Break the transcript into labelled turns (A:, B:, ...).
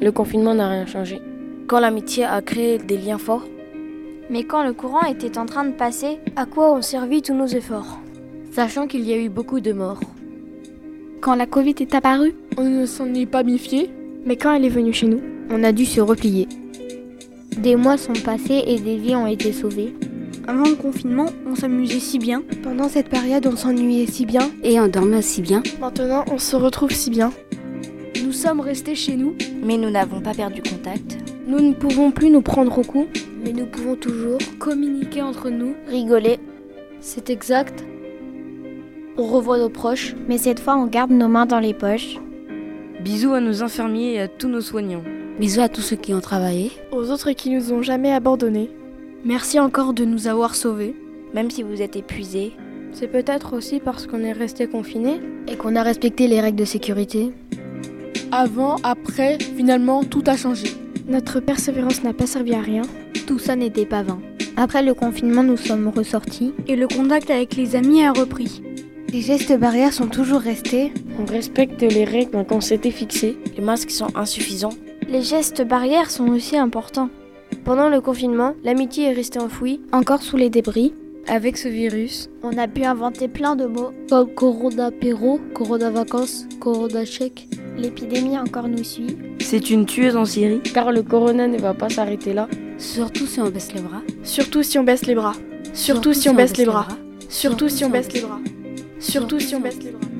A: Le confinement n'a rien changé. Quand l'amitié a créé des liens forts,
B: Mais quand le courant était en train de passer, à quoi ont servi tous nos efforts
C: sachant qu'il y a eu beaucoup de morts.
D: Quand la Covid est apparue,
E: On ne s'en est pas méfié.
D: mais quand elle est venue chez nous
C: On a dû se replier.
F: Des mois sont passés et des vies ont été sauvées.
B: Avant le confinement, on s'amusait si bien.
D: Pendant cette période, on s'ennuyait si bien.
C: Et on dormait aussi bien.
D: Maintenant, on se retrouve si bien.
E: Nous sommes restés chez nous.
G: Mais nous n'avons pas perdu contact.
D: Nous ne pouvons plus nous prendre au cou.
F: Mais nous pouvons toujours
E: Communiquer entre nous.
F: rigoler.
C: C'est exact. On revoit nos proches.
F: Mais cette fois, on garde nos mains dans les poches.
H: Bisous à nos infirmiers et à tous nos soignants.
C: Bisous à tous ceux qui ont travaillé.
D: Aux autres qui nous ont jamais abandonnés.
C: Merci encore de nous avoir sauvés.
G: Même si vous êtes épuisé,
A: c'est peut-être aussi parce qu'on est resté confiné.
C: Et qu'on a respecté les règles de sécurité.
E: Avant, après, finalement, tout a changé.
D: Notre persévérance n'a pas servi à rien.
C: Tout ça n'était pas vain.
F: Après le confinement, nous sommes ressortis.
B: Et le contact avec les amis a repris.
D: Les gestes barrières sont toujours restés.
A: On respecte les règles qu'on s'était fixées.
H: Les masques sont insuffisants.
B: Les gestes barrières sont aussi importants.
A: Pendant le confinement, l'amitié est restée enfouie.
D: Encore sous les débris.
H: Avec ce virus,
B: On a pu inventer plein de mots.
C: Comme Corona Péro, Corona Vacances, Corona Chèque.
F: L'épidémie encore nous suit.
H: c'est une tueuse en série.
A: Car le corona ne va pas s'arrêter là.
C: Surtout si on baisse les bras.
E: Surtout si on baisse les bras. Surtout si on baisse les bras. Surtout si on baisse les bras. Surtout si on baisse les bras.